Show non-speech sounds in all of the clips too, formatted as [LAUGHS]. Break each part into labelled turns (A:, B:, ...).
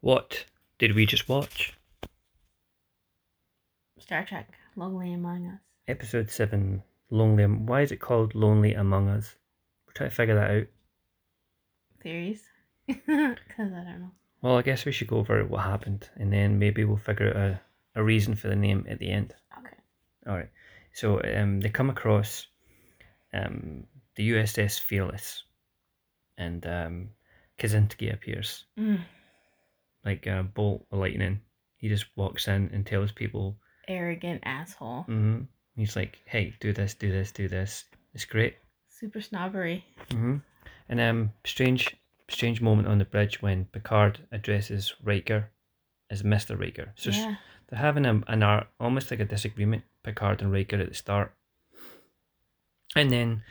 A: What did we just watch?
B: Star Trek, Lonely Among Us.
A: Episode 7 Lonely. Am- Why is it called Lonely Among Us? We're trying to figure that out.
B: Theories? [LAUGHS] Because I don't know.
A: Well, I guess we should go over what happened and then maybe we'll figure out a, a reason for the name at the end.
B: Okay.
A: All right. So um, they come across um, the USS Fearless and um, Kazinski appears
B: Mm.
A: like a bolt of lightning. He just walks in and tells people,
B: Arrogant asshole.
A: mm-hmm. he's like, hey, do this, do this, do this. It's great.
B: Super snobbery.
A: Mm-hmm. And um, strange, strange moment on the bridge when Picard addresses Riker as Mister Riker. So s-
B: yeah.
A: they're having a, an ar- almost like a disagreement, Picard and Riker at the start, and then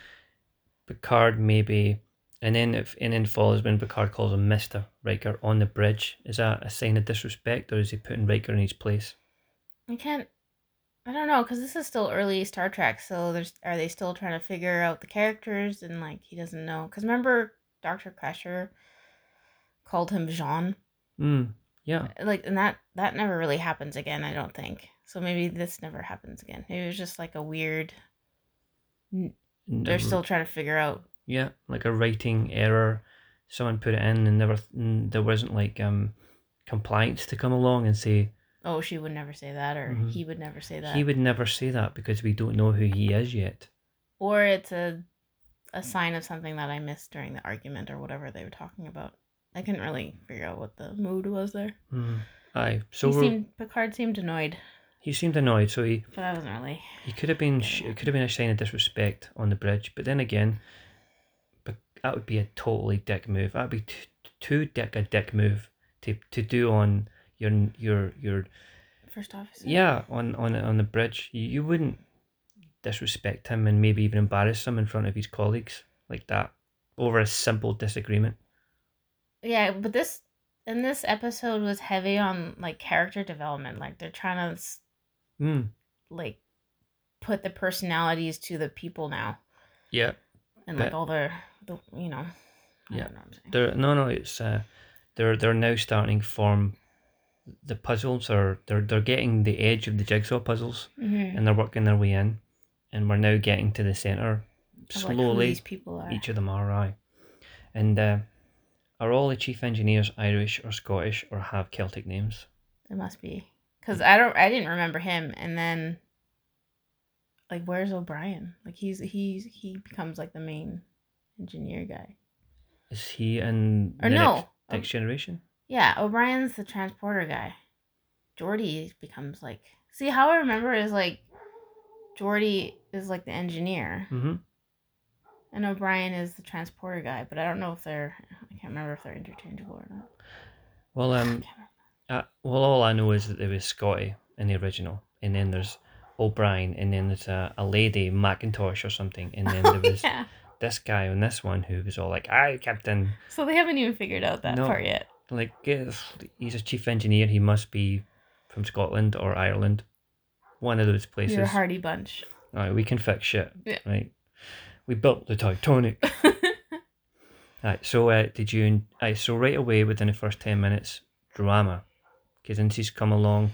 A: Picard maybe, and then if and then follows when Picard calls him Mister Riker on the bridge. Is that a sign of disrespect, or is he putting Riker in his place?
B: I can't. I don't know, because this is still early Star Trek, so there's are they still trying to figure out the characters and like he doesn't know? Because remember, Doctor Crusher called him Jean,
A: Mm, yeah,
B: like, and that that never really happens again. I don't think so. Maybe this never happens again. Maybe it was just like a weird. They're
A: Never-
B: still trying to figure out.
A: Yeah, like a writing error. Someone put it in and never mm, there wasn't like um compliance to come along and say
B: Oh, she would never say that, or
A: Mhm.
B: he would never say that,
A: he would never say that because we don't know who he is yet.
B: or it's a a sign of something that I missed during the argument or whatever they were talking about. I couldn't really figure out what the mood was there.
A: Mm. Aye, so
B: he
A: we're-
B: seemed Picard seemed annoyed,
A: he seemed annoyed. So he
B: but I wasn't really.
A: he could have been sh- it could have been a sign of disrespect on the bridge. But then again, but that would be a totally dick move. That'd be t- too dick a dick move to to do on your your your
B: First officer.
A: Yeah, on on on the bridge, you, you wouldn't disrespect him and maybe even embarrass him in front of his colleagues like that over a simple disagreement.
B: Yeah, but this and this episode was heavy on like character development. Like they're trying to s- Hmm.
A: Mm.
B: like put the personalities to the people now,
A: Yeah,
B: and
A: But-
B: like all their the you know. I
A: Yeah.
B: don't know what I'm saying.
A: they're no no. It's uh, they're they're now starting to form the puzzles or they're they're getting the edge of the jigsaw puzzles
B: Mhm.
A: and they're working their way in, and we're now getting to the center
B: Of, like, who
A: slowly.
B: these people are.
A: each of them are aye. And uh, are all the chief engineers Irish or Scottish or have Celtic names?
B: It must be because I don't. I didn't remember him, and then like where's O'Brien? Like he's he's he becomes like the main engineer guy.
A: Is he in
B: Or
A: the
B: no.
A: next,
B: Um,
A: next generation?
B: Yeah, O'Brien's the transporter guy. Jordy becomes like see how I remember is like Jordy is like the engineer
A: Mm-hmm.
B: and O'Brien is the transporter guy, but I don't know if they're I can't remember if they're interchangeable or not.
A: Well, um, uh, well, all I know is that there was Scotty in the original, and then there's O'Brien, and then there's a, a lady Macintosh or something, and then there was
B: [LAUGHS] yeah.
A: this guy on this one who was all like, "Aye, Captain."
B: So they haven't even figured out that
A: No.
B: part yet.
A: Like, yes, he's a chief engineer. He must be from Scotland or Ireland, one of those places.
B: You're a hardy bunch. [LAUGHS]
A: Aye, we can fix shit.
B: Yeah.
A: Right. We built the Titanic. Right, so uh, did you? Aye, so right away within the first ten minutes, drama. Kazinski's come along.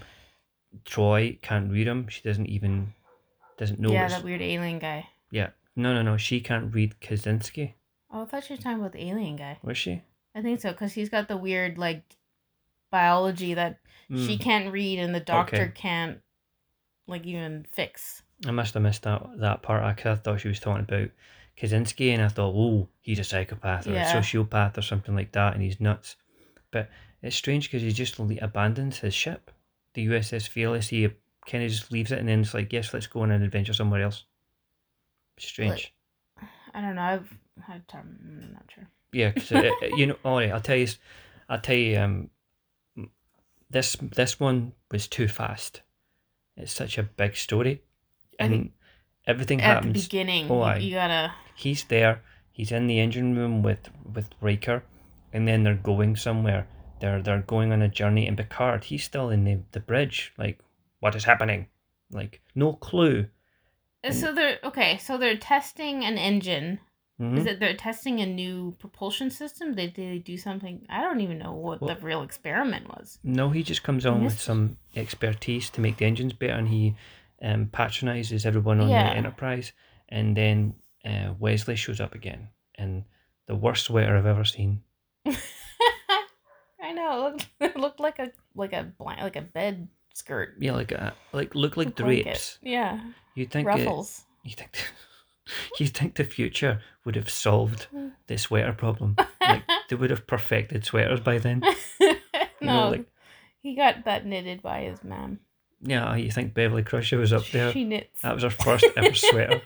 A: Troy can't read him. She doesn't even doesn't know.
B: yeah,
A: what's-
B: that weird alien guy.
A: yeah. No, no, no. She can't read Kazinski.
B: Oh, I thought you were talking about the alien guy.
A: Was she?
B: I think so, because he's got the weird like biology that
A: Mm,
B: she can't read and the doctor
A: Okay.
B: can't like even fix.
A: I must have missed that that part. I, 'cause I thought she was talking about Kazinski, and I thought, whoa, he's a psychopath or
B: Yeah.
A: a sociopath or something like that, and he's nuts. But it's strange because he just le- abandons his ship, the USS Fearless. He kind of just leaves it, and then it's like, yes, let's go on an adventure somewhere else. Strange.
B: Like- I don't know. I've had time. I'm not sure.
A: Yeah, because you know. All right, I'll tell you. s- I'll tell you. Um, this this one was too fast. It's such a big story,
B: I
A: and
B: think-
A: everything
B: At the
A: happens.
B: beginning,
A: Oh,
B: you-
A: aye.
B: you, gotta.
A: He's there. He's in the engine room with with Riker, and then they're going somewhere. They're they're going on a journey, and Picard he's still in the the bridge. Like, what is happening? Like, no clue.
B: uh, So they're okay. So they're testing an engine
A: Mhm.
B: Is it they're testing a new propulsion system? Did they do something? I don't even know what
A: Well-
B: the real experiment was. [LAUGHS]
A: No, he just comes on with
B: Yes.
A: some expertise to make the engines better, and he um, patronizes everyone on
B: Yeah.
A: the Enterprise. And then uh, Wesley shows up again, and the worst sweater I've ever seen.
B: I know it looked, [LAUGHS] it looked like a like a blank like a bed skirt.
A: Yeah, like a, like look like
B: blanket.
A: drapes.
B: Yeah,
A: You think it,
B: ruffles.
A: you think you think the [LAUGHS] future would have solved
B: Mm. [LAUGHS]
A: the sweater problem? like they would have perfected sweaters by then.
B: no,
A: like-
B: he got that knitted by his mom.
A: Yeah, you think Beverly Crusher was up there?
B: She knits.
A: That was her first ever sweater.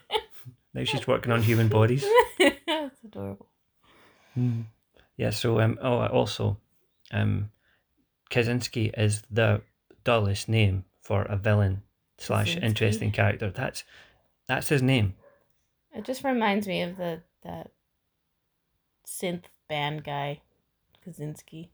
A: Now she's working on human bodies.
B: [LAUGHS] That's adorable.
A: Mm. Yeah. So um. Oh, uh, also, um, Kaczynski is the dullest name for a villain slash
B: Kaczynski?
A: interesting character. That's that's his name.
B: It just reminds me of the that synth band guy, Kaczynski.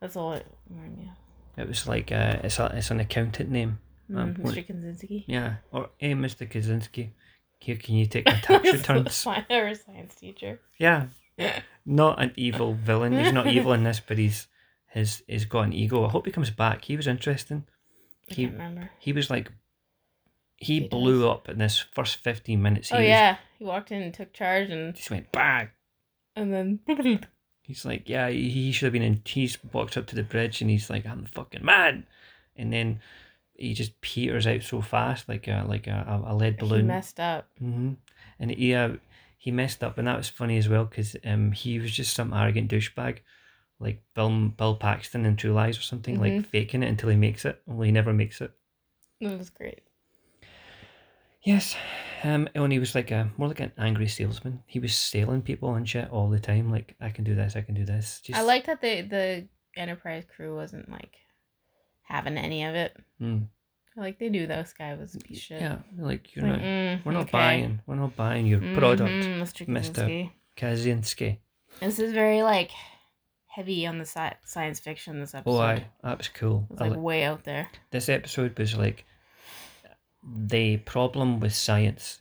B: That's all it reminds me
A: It was like uh, it's a, it's an accountant name.
B: of.
A: Um,
B: Mm,
A: what-
B: Mr. Kaczynski. [LAUGHS]
A: Yeah. Or Oh, hey, Mister Kaczynski, here can you take my
B: [LAUGHS]
A: tax returns?
B: Sci- or a science teacher.
A: yeah. Not an evil villain. He's not evil in this, but he's his he's got an ego. I hope he comes back. He was interesting.
B: I
A: He
B: can't remember.
A: he was like. He,
B: He
A: blew up in this first 15 minutes. He
B: oh
A: was
B: yeah, he walked in and took charge, and
A: just went bang.
B: and then [LAUGHS]
A: He's like, yeah, he he should have been in. He's walked up to the bridge and he's like, I'm the fucking man, and then he just peters out so fast, like a like a, a lead
B: he
A: balloon.
B: messed up.
A: hmm And he uh, he messed up, and that was funny as well because um he was just some arrogant douchebag, like Bill Bill Paxton in True Lies or something,
B: Mm-hmm.
A: like faking it until he makes it, only he never makes it.
B: That was great.
A: Yes, um, and he was like a more like an angry salesman. He was selling people and shit all the time. Like I can do this, I can do this. Just,
B: I like that the the Enterprise crew wasn't like having any of it.
A: Mm.
B: Like they knew this guy was a piece of shit.
A: Yeah, like you're
B: Like,
A: not,
B: mm,
A: we're not
B: okay.
A: buying, we're not buying your product,
B: Mhm, Mr.
A: Mr.
B: Kaczynski.
A: Kaczynski.
B: This is very like heavy on the sci- science fiction. This episode.
A: Oh, aye, that was cool.
B: It's
A: I
B: like
A: li-
B: way out there.
A: this episode was like the problem with science,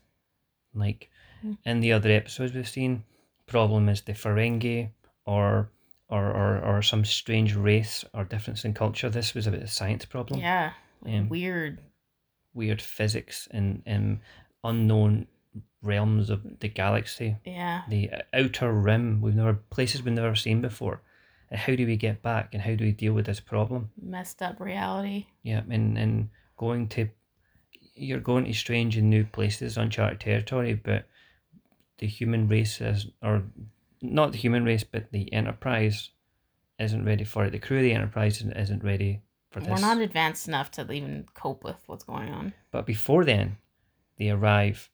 A: like
B: Mm.
A: in the other episodes we've seen, problem is the Ferengi or or or, or some strange race or difference in culture. This was about a science problem,
B: Yeah. Like,
A: Um,
B: Weird.
A: weird physics and and unknown realms of the galaxy.
B: Yeah.
A: the outer rim we've never places we've never seen before and how do we get back and how do we deal with this problem
B: Messed up reality.
A: yeah and and going to you're going to strange and new places uncharted territory but the human race is or not the human race but the enterprise isn't ready for it the crew of the enterprise isn't- isn't ready for this
B: We're not advanced enough to even cope with what's going
A: [LAUGHS]
B: on.
A: but before then they arrive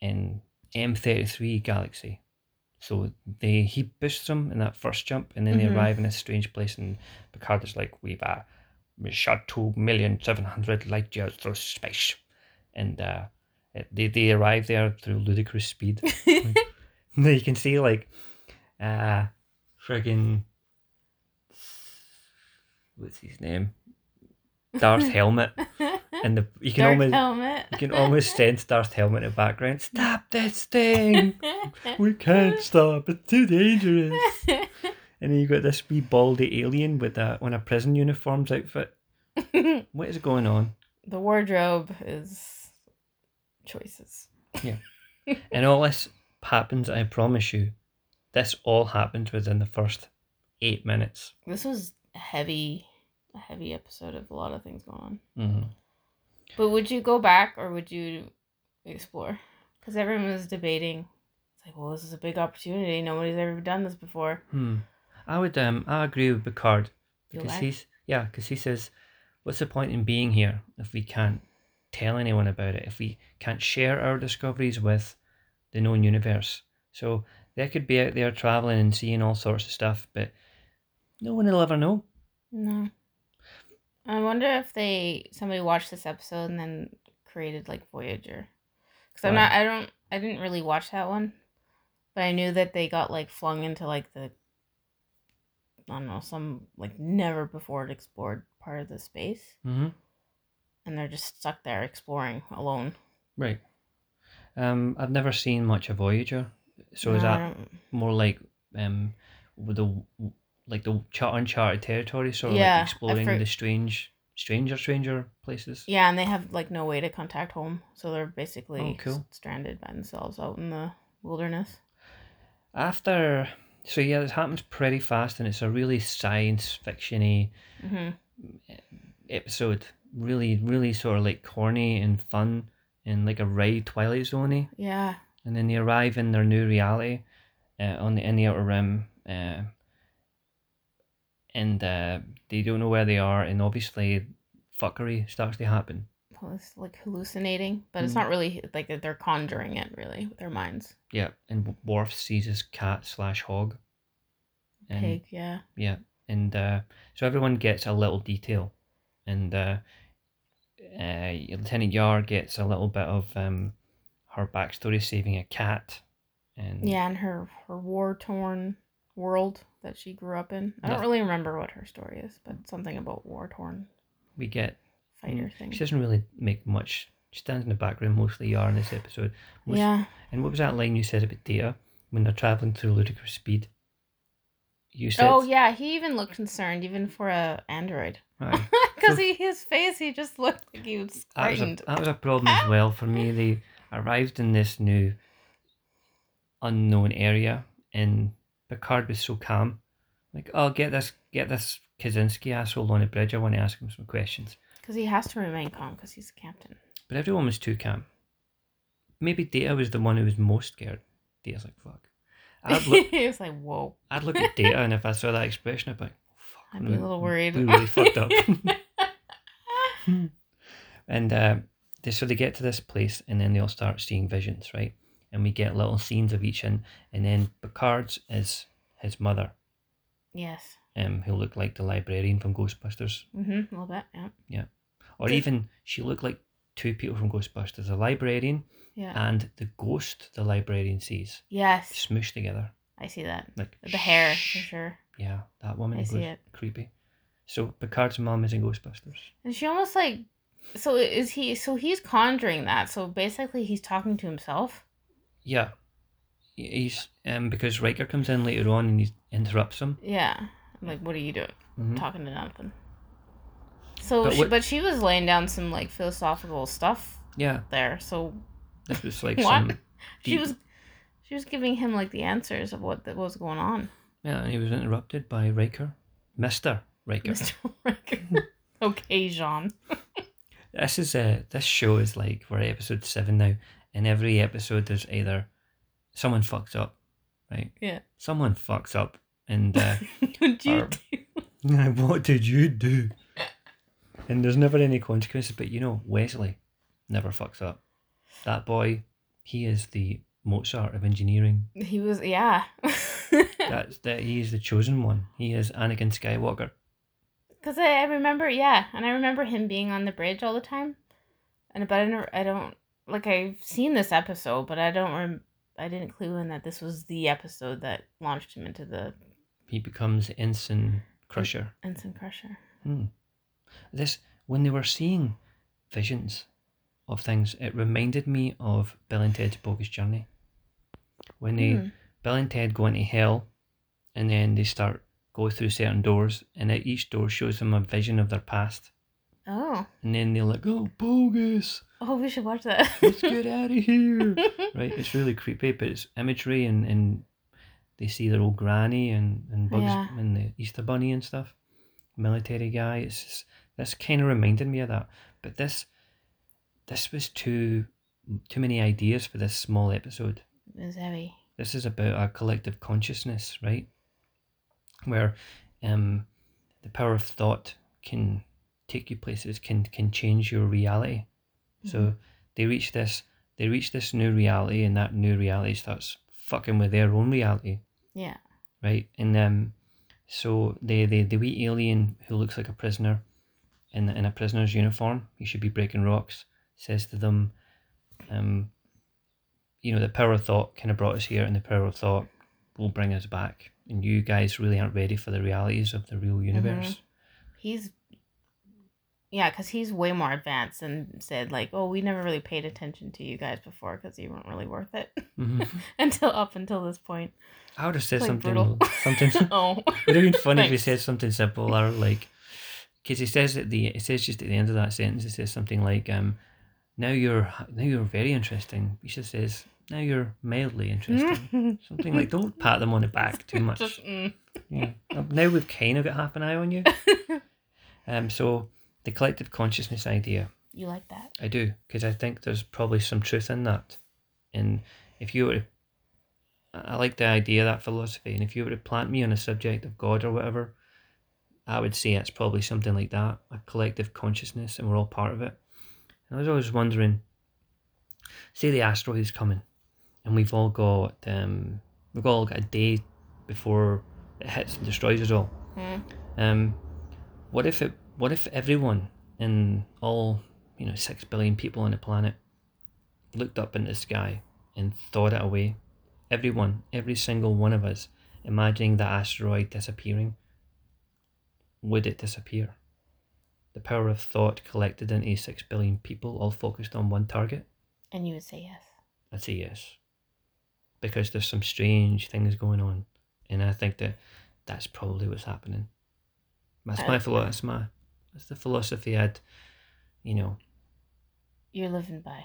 A: in M33 galaxy so they he pushed them in that first jump and then
B: Mhm.
A: they arrive in a strange place and Picard is like we've uh, we shot 2,700 light years through space and uh, they, they arrive there through ludicrous speed [LAUGHS] you can see like uh friggin what's his name Darth Helmet and the you can
B: Dark
A: almost
B: helmet.
A: you can
B: [LAUGHS]
A: almost [LAUGHS] sense Darth Helmet in the background. Stop this thing! We can't stop. It's too dangerous. And then you got this wee baldy alien with a on a prison uniform's outfit.
B: the
A: What is going on?
B: wardrobe is choices.
A: And all this happens. I promise you, this all happens within the first eight minutes.
B: This was a heavy, a heavy episode of a lot of things going on.
A: Mhm.
B: But would you go back or would you explore? Because everyone was debating. It's like, well, this is a big opportunity. Nobody's ever done this before.
A: Hmm. I would. Um. I agree with Picard
B: You
A: because
B: like?
A: he's yeah. Because he says, "What's the point in being here if we can't tell anyone about it? If we can't share our discoveries with the known universe?" So they could be out there traveling and seeing all sorts of stuff, but no one will ever know.
B: No. I wonder if they somebody watched this episode and then created like Voyager. Because I'm
A: Right.
B: not. I don't. I didn't really watch that one, but I knew that they got like flung into like the. I don't know some like never before explored part of the space,
A: Mm-hmm.
B: and they're just stuck there exploring alone.
A: Right. Um. I've never seen much of Voyager. So is that more like um with the like the cha- uncharted territory, sort of
B: Yeah, I
A: like exploring
B: for-
A: the strange, stranger, stranger places.
B: Yeah, and they have like no way to contact home, so they're basically
A: Oh, cool.
B: s- stranded by themselves out in the wilderness.
A: After, so yeah, this happens pretty fast, and it's a really science fictiony
B: hmm
A: episode. Really, really sort of like corny and fun, and like a ride Twilight Zoney.
B: Yeah,
A: and then they arrive in their new reality uh, on the in the outer rim uh, and uh, they don't know where they are and obviously fuckery starts to happen
B: well, it's like hallucinating, but it's
A: Mm.
B: not really like that they're conjuring it really with their minds.
A: yeah and Worf sees his cat slash hog and
B: Pig, yeah,
A: yeah and uh, so everyone gets a little detail and uh, uh, Lieutenant Yar gets a little bit of um, her backstory saving a cat and
B: yeah, and her her war torn world that she grew up in. I don't
A: Yeah.
B: really remember what her story is, but something about war torn
A: we get
B: fighter
A: Mm.
B: thing.
A: She doesn't really make much. She stands in the background mostly you are in this episode. Most-
B: yeah,
A: And what was that line you said about Data when they're traveling through ludicrous speed? You said,
B: oh yeah, he even looked concerned, even for a android, [LAUGHS]
A: Aye.
B: because he his face he just looked like he was
A: that, was a, uh,
B: frightened.
A: that was a problem as well for me. They arrived in this new unknown area, and Picard was so calm, like, "Oh, get this, get this Kaczynski asshole on the bridge. I want to ask him some questions."
B: Because he has to remain calm because he's the captain.
A: But everyone was too calm. Maybe Data was the one who was most scared. Data's like, "Fuck." I've looked,
B: [LAUGHS] he was like, whoa.
A: I'd look at data, and if I saw that expression, I'd be like, "Fuck,
B: I'd be a little worried.
A: We really fucked
B: [LAUGHS]
A: up." [LAUGHS] and uh, they, so they get to this place, and then they all start seeing visions, right? And we get little scenes of each, and and then Picard's is his mother,
B: yes.
A: um, who looked like the librarian from Ghostbusters,
B: hmm A little bit,
A: Uh,
B: yeah.
A: or
B: Did-
A: even she looked like two people from Ghostbusters: the librarian
B: Yeah.
A: and the ghost the librarian sees
B: yes.
A: smooshed together,
B: I see that.
A: like
B: The hair, for
A: "Shh."
B: sure.
A: Yeah, that woman
B: I
A: was
B: see it.
A: creepy. So Picard's mom is in Ghostbusters.
B: And she almost like. So is he. So he's conjuring that. So basically, he's talking to himself.
A: Yeah, He- he's um because Riker comes in later on and he interrupts him.
B: Yeah. I'm like, what are you doing?
A: Mhm.
B: Talking to nothing. So,
A: But
B: she,
A: what-
B: but she was laying down some like philosophical stuff
A: Yeah,
B: there. So
A: this was like
B: [LAUGHS] What?
A: some.
B: she
A: deep-
B: was, she was giving him like the answers of what that was going on. [LAUGHS]
A: Yeah, and he was interrupted by Riker, Mister Riker.
B: Mr. Riker. [LAUGHS] okay, Jean. [LAUGHS]
A: This is uh this show is like we're at episode seven now, and every episode there's either someone fucks up, right?
B: Yeah.
A: Someone fucks up, and uh,
B: Would you
A: Or- [LAUGHS] what did you do? And there's never any consequences, but you know Wesley never fucks up. That boy, he is the Mozart of engineering.
B: do? He was, yeah. [LAUGHS]
A: That's that he is the chosen one. He is Anakin Skywalker.
B: Because I, I remember, yeah, and I remember him being on the bridge all the time. And but I, never, I don't like I've seen this episode, but I don't rem- I didn't clue in that this was the episode that launched him into the
A: He becomes Ensign Crusher.
B: ensign crusher.
A: Hmm. This when they were seeing visions of things, it reminded me of Bill and Ted's Bogus Journey. When they
B: Hmm.
A: Bill and Ted go into hell, and then they start go through certain doors, and at each door shows them a vision of their past,
B: Oh,
A: and then they're like, "Oh, bogus!
B: oh, we should
A: [LAUGHS]
B: watch that.
A: Let's
B: [LAUGHS]
A: get out of here!" right? It's really creepy, but it's imagery and, and they see their old granny and and Bugs
B: Yeah.
A: and the Easter Bunny and stuff. Military guy. It's just, this kind of reminded me of that, but this this was too too many ideas for this small episode.
B: it was heavy.
A: This is about our collective consciousness, right? Where um, the power of thought can take you places, can can change your reality.
B: Mm-hmm.
A: So they reach this they reach this new reality and that new reality starts fucking with their own reality,
B: yeah,
A: right? And um so the the, the wee alien who looks like a prisoner in in a prisoner's uniform, he should be breaking rocks, says to them, um you know, the power of thought kinda brought us here and the power of thought will bring us back. And you guys really aren't ready for the realities of the real universe.
B: he's Yeah, because he's way more advanced and said like, "Oh, we never really paid attention to you guys before because you weren't really worth it [LAUGHS]
A: Mhm.
B: until up until this point."
A: [LAUGHS] I would have said
B: Mm-hmm. Like
A: something.
B: brutal.
A: Something. [LAUGHS]
B: [LAUGHS] oh,
A: It would have been funny if he
B: Thanks.
A: said something simple or like, because he says at the it says just at the end of that sentence, it says something like, um, "Now you're now you're very interesting." He should says, "Now you're mildly
B: [LAUGHS]
A: interesting." something like, don't pat them on the back too much.
B: Just, mm.
A: Yeah. Now we've kind of got half an eye on you.
B: [LAUGHS]
A: um. So the collective consciousness idea,
B: You like that?
A: I do, because I think there's probably some truth in that. And if you were, I I like the idea of that philosophy. And if you were to plant me on a subject of God or whatever, I would say it's probably something like that, a collective consciousness, and we're all part of it. And I was always wondering, say the asteroid's coming, and we've all got um, we've all got a day before it hits and destroys us all.
B: Mm.
A: Um, what if it? What if everyone in all you know six billion people on the planet looked up into the sky and thought it away? Everyone, every single one of us, imagining the asteroid disappearing. Would it disappear? The power of thought collected into six billion people, all focused on one target.
B: And you would say yes.
A: I'd say yes. Because there's some strange things going on. And I think that that's probably what's happening. That's my
B: Uh,
A: philo- that's my that's the philosophy I'd you know
B: You're living by.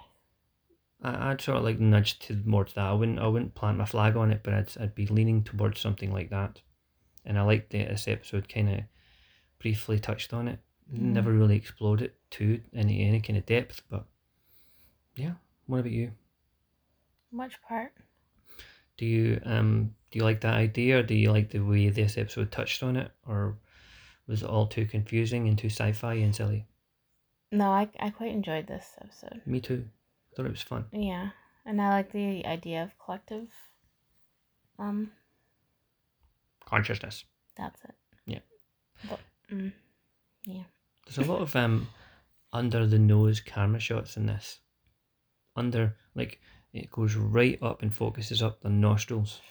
A: I, I'd sort of like nudge towards that. I wouldn't I wouldn't plant my flag on it, but I'd I'd be leaning towards something like that. And I like that this episode kinda briefly touched on it.
B: Mhm.
A: Never really explored it to any any kind of depth, but yeah. What about you?
B: Which part?
A: Do you um do you like that idea or do you like the way this episode touched on it or was it all too confusing and too sci-fi and silly?
B: No, I I quite enjoyed this episode.
A: Me too. I thought it was fun.
B: Yeah, and I like the idea of collective. Um,
A: Consciousness.
B: that's it.
A: Yeah.
B: But, mm,
A: There's a lot of um under the nose camera shots in this. Under like it goes right up and focuses up the nostrils,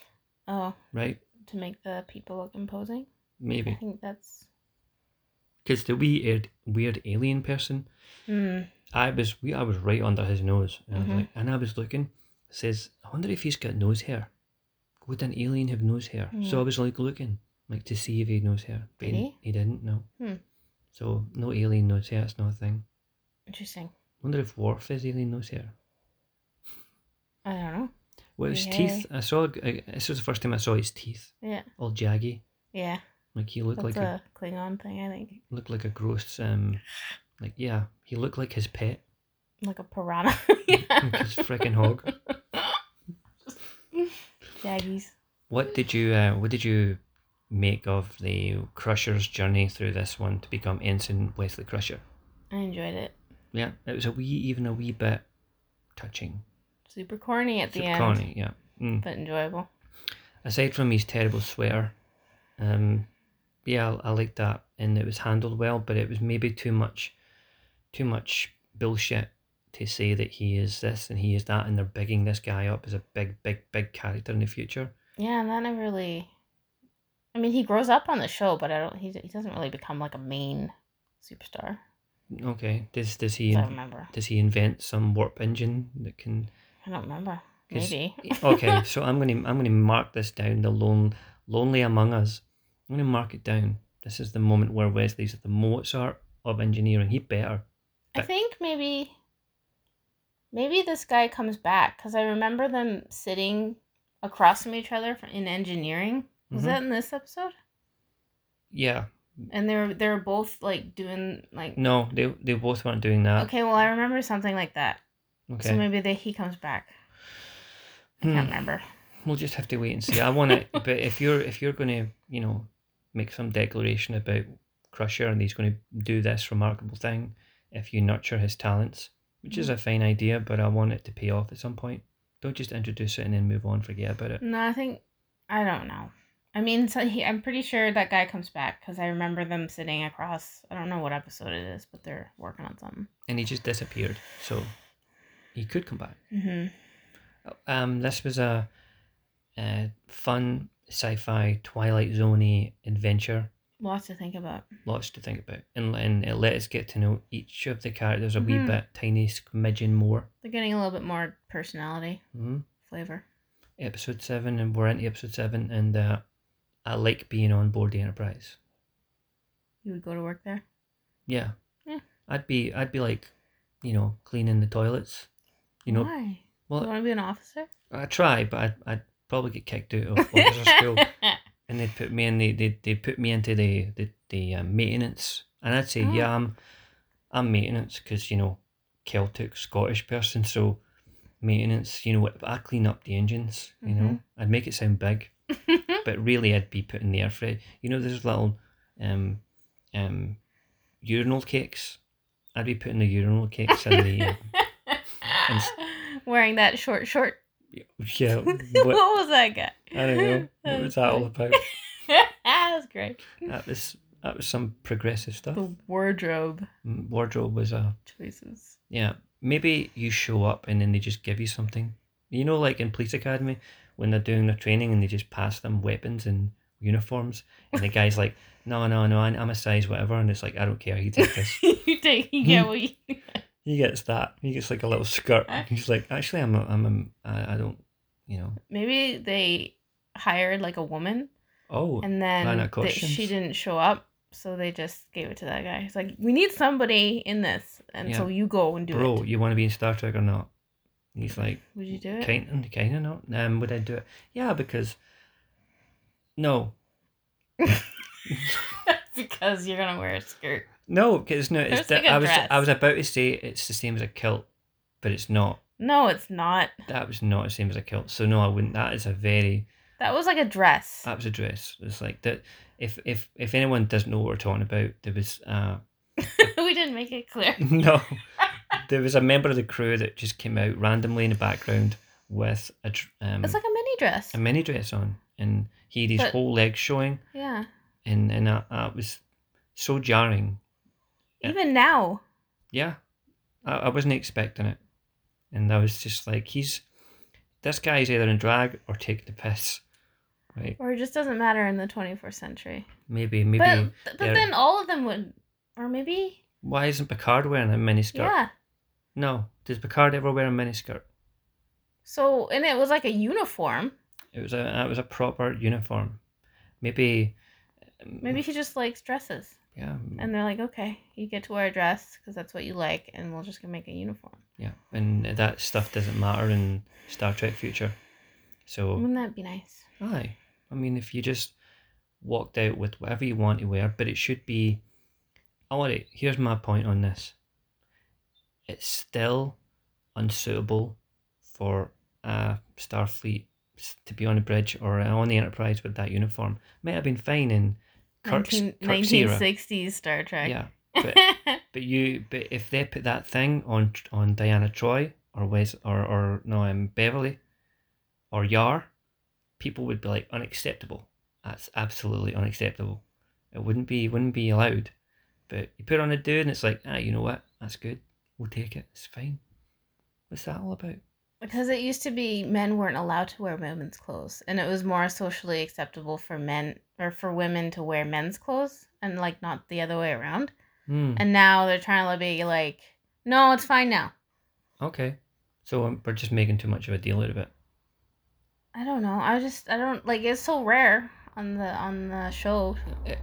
B: oh,
A: right?
B: to make the people look imposing. I
A: Maybe
B: think that's.
A: because the weird weird alien person
B: Mm,
A: I was we I was right under his nose, and, I
B: Mhm.
A: was like, and I was looking. Says, I wonder if he's got nose hair. Would an alien have nose hair? So I
B: Yeah.
A: was like looking, like to see if he had nose hair. But
B: Hmm. Did
A: he? he didn't. No.
B: Hmm.
A: So no alien nose hair. It's not a thing.
B: interesting.
A: Wonder if Worf has alien nose hair.
B: I don't know.
A: Well, his teeth. I saw. a g- I- This was the first time I saw his teeth.
B: Yeah.
A: All jaggy.
B: Yeah,
A: Like he looked
B: that's
A: like a,
B: a Klingon thing. I think
A: looked like a gross. Um, like yeah, he looked like his pet,
B: like a piranha. [LAUGHS]
A: like [LAUGHS]
B: yeah.
A: his freaking hog.
B: Jaggies.
A: What did you uh, What did you make of the Crusher's journey through this one to become Ensign Wesley Crusher?
B: I enjoyed it.
A: Yeah, it was a wee, even a wee bit touching.
B: Super corny at the
A: Super
B: end,
A: corny, yeah. Mm.
B: but enjoyable.
A: Aside from his terrible sweater, um, yeah, I, I liked that, and it was handled well, but it was maybe too much, too much bullshit to say that he is this and he is that, and they're bigging this guy up as a big, big, big character in the future.
B: Yeah, and that never really. I mean, he grows up on the show, but I don't. He, he doesn't really become like a main superstar.
A: Okay, does does
B: if
A: he
B: I remember.
A: does he invent some warp engine that can
B: I don't remember.
A: 'Cause-
B: Maybe.
A: okay, so I'm gonna I'm gonna mark this down. The lone lonely among us. I'm gonna mark it down. This is the moment where Wesley's the Mozart of engineering. He better.
B: I think maybe. Maybe this guy comes back because I remember them sitting across from each other for- in engineering. Was
A: Mhm.
B: that in this episode?
A: Yeah.
B: And they were they were both like doing like.
A: No, they they both weren't doing that.
B: Okay, well I remember something like that.
A: Okay.
B: So maybe they, he comes back. I
A: Hmm.
B: can't remember.
A: We'll just have to wait and see. I want to, [LAUGHS] but if you're if you're gonna you know make some declaration about Crusher and he's going to do this remarkable thing, if you nurture his talents, which
B: Hmm.
A: is a fine idea, but I want it to pay off at some point. Don't just introduce it and then move on, forget about it.
B: No, I think I don't know. I mean, so he, I'm pretty sure that guy comes back because I remember them sitting across. I don't know what episode it is, but they're working on something.
A: and he just disappeared. So he could come back.
B: hmm
A: Um, this was a, a fun sci-fi Twilight Zoney adventure.
B: Lots to think about.
A: Lots to think about, and and it let us get to know each of the characters a wee
B: Mhm.
A: bit, tiny smidgen more.
B: They're getting a little bit more personality,
A: hmm
B: flavor.
A: episode seven, and we're into episode seven, and uh, I like being on board the Enterprise.
B: You would go to work there.
A: Yeah.
B: Yeah.
A: I'd be I'd be like, you know, cleaning the toilets. You know,
B: Why? You
A: well,
B: want to be an officer?
A: I try, but I'd, I'd probably get kicked out of officer school,
B: [LAUGHS]
A: and they'd put me in. They they they put me into the the the uh, maintenance, and I'd say,
B: Oh.
A: yeah, I'm I'm maintenance because you know, Celtic Scottish person, so maintenance. You know, I clean up the engines. You know, I'd make it sound big.
B: Hmm.
A: but really I'd be putting the air fry. You know those little um um urinal cakes? I'd be putting the urinal cakes in the [LAUGHS]
B: Wearing that short short. [LAUGHS]
A: yeah.
B: What,
A: What,
B: was that guy?
A: I don't
B: [LAUGHS]
A: know what was that all about.
B: funny. [LAUGHS] that was great.
A: That was that was some progressive stuff.
B: The wardrobe
A: Mm, Wardrobe was a
B: choices.
A: yeah. Maybe you show up and then they just give you something. You know, like in police academy when they're doing their training and they just pass them weapons and uniforms, and the guy's like, [LAUGHS] "No, no, no, I'm I'm a size whatever," and it's like, "I don't care, you take this."
B: [LAUGHS] you take. You get what you.
A: [LAUGHS] He gets that. He gets like a little skirt. He's like, actually, I'm, a, I'm, a, I, I don't, you know.
B: Maybe they hired like a woman,
A: Oh,
B: and then
A: Lana
B: that
A: Cautions.
B: she didn't show up, so they just gave it to that guy. It's like we need somebody in this, and so you go and do
A: bro,
B: it.
A: you want to be in Star Trek or not? He's like,
B: Would you do it?
A: kind of, kind of not. Um, would I do it? Yeah, because no,
B: [LAUGHS] because you're gonna wear a skirt.
A: no, because no. It's
B: It's like
A: di-
B: a
A: I was,
B: dress.
A: I was about to say it's the same as a kilt, but it's not.
B: No, it's not.
A: That was not the same as a kilt. So no, I wouldn't. That is a very
B: That was like a dress.
A: That was a dress. It's like that. If if if anyone doesn't know what we're talking about, there was uh
B: [LAUGHS] [LAUGHS] we didn't make it clear.
A: [LAUGHS] No. there was a member of the crew that just came out randomly in the background with a, dr- um,
B: It's like a mini dress.
A: a mini dress on, and he had his
B: But-
A: whole leg showing,
B: yeah.
A: and and that, that was so jarring. Yeah.
B: Even now.
A: Yeah, I, I wasn't expecting it, and I was just like, he's this guy's either in drag or taking the piss. Right?
B: Or it just doesn't matter in the 21st century.
A: Maybe maybe
B: But but
A: they're-
B: then all of them would or maybe
A: why isn't Picard wearing a miniskirt?
B: yeah.
A: No, does Picard ever wear a miniskirt?
B: So and it was like a uniform.
A: It was a it was a proper uniform. Maybe
B: Maybe he just likes dresses.
A: Yeah.
B: And they're like, "Okay, you get to wear a dress because that's what you like and we'll just make a uniform."
A: yeah. And that stuff doesn't matter in Star Trek Future. So,
B: Wouldn't that be nice?
A: aye. I mean, if you just walked out with whatever you want to wear, but it should be. All right, here's my point on this. It's still unsuitable for a Starfleet s- to be on a bridge or on the Enterprise with that uniform. Might have been fine in Kirk's,
B: 19,
A: Kirk's era.
B: 1960s Star Trek. [LAUGHS]
A: Yeah, but But you, but if they put that thing on on Diana Troy or Wes or or no, um, Beverly, or Yar, people would be like unacceptable. That's absolutely unacceptable. It wouldn't be wouldn't be allowed. But you put on a dude and it's like ah, you know what? That's good. We'll take it. It's fine. What's that all about?
B: Because it used to be men weren't allowed to wear women's clothes, and it was more socially acceptable for men or for women to wear men's clothes, and like not the other way around.
A: Hmm.
B: And now they're trying to be like, no, it's fine now.
A: Okay. So um, we're just making too much of a deal out of it.
B: I don't know. I just I don't like it's so rare on the on the show.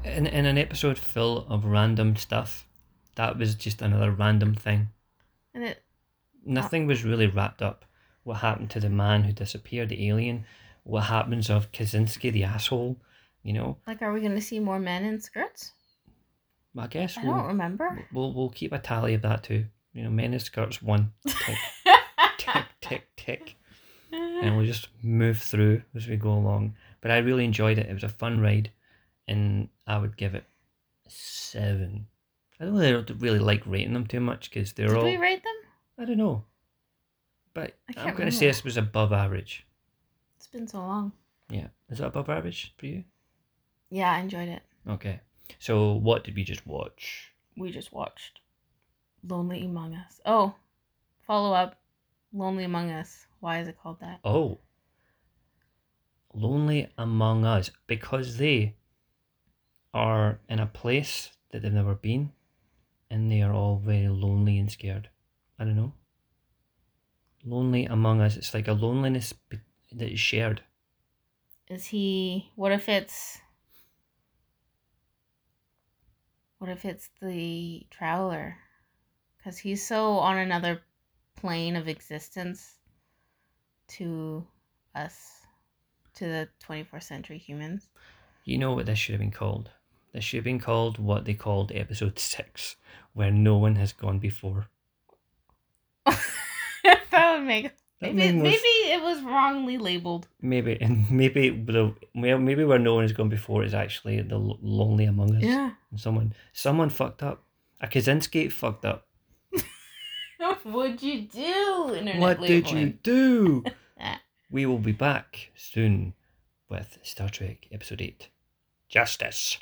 A: In in an episode full of random stuff, that was just another random thing.
B: And it
A: nothing was really wrapped up. What happened to the man who disappeared, the alien? What happens of Kaczynski, the asshole? You know,
B: like, are we gonna see more men in skirts?
A: I guess
B: I don't
A: we'll,
B: remember.
A: we'll we'll keep a tally of that too. You know, men in skirts
B: [LAUGHS]
A: one, tick, tick, tick, tick, [LAUGHS] and we'll just move through as we go along. But I really enjoyed it. It was a fun ride, and I would give it a seven. I don't really, really like rating them too much because they're
B: Did
A: all
B: we rate them?
A: I don't know, but
B: I
A: I'm
B: can't
A: going to
B: remember.
A: say this was above average.
B: It's been so long.
A: Yeah. Is that above average for you?
B: Yeah, I enjoyed it.
A: Okay. So what did we just watch?
B: we just watched Lonely Among Us. Oh, follow up Lonely Among Us. Why is it called that?
A: Oh. Lonely Among Us. Because they are in a place that they've never been, and they are all very lonely and scared. I don't know. Lonely among us. It's like a loneliness be- that is shared.
B: Is he? What if it's? What if it's the traveler? Because he's so on another plane of existence to us, to the 24th century humans. [LAUGHS]
A: You know what this should have been called? This should have been called what they called episode six, where no one has gone before.
B: that would make.
A: That
B: Maybe,
A: name was-
B: maybe it was wrongly labeled.
A: Maybe [LAUGHS] and maybe the well maybe where no one has gone before is actually the lo- lonely among us.
B: Yeah.
A: Someone someone fucked up. A Kaczynski fucked up.
B: [LAUGHS] What'd you do, internet
A: what did you
B: labeling?
A: do?
B: Ah.
A: [LAUGHS] we will be back soon with Star Trek Episode Eight. Justice.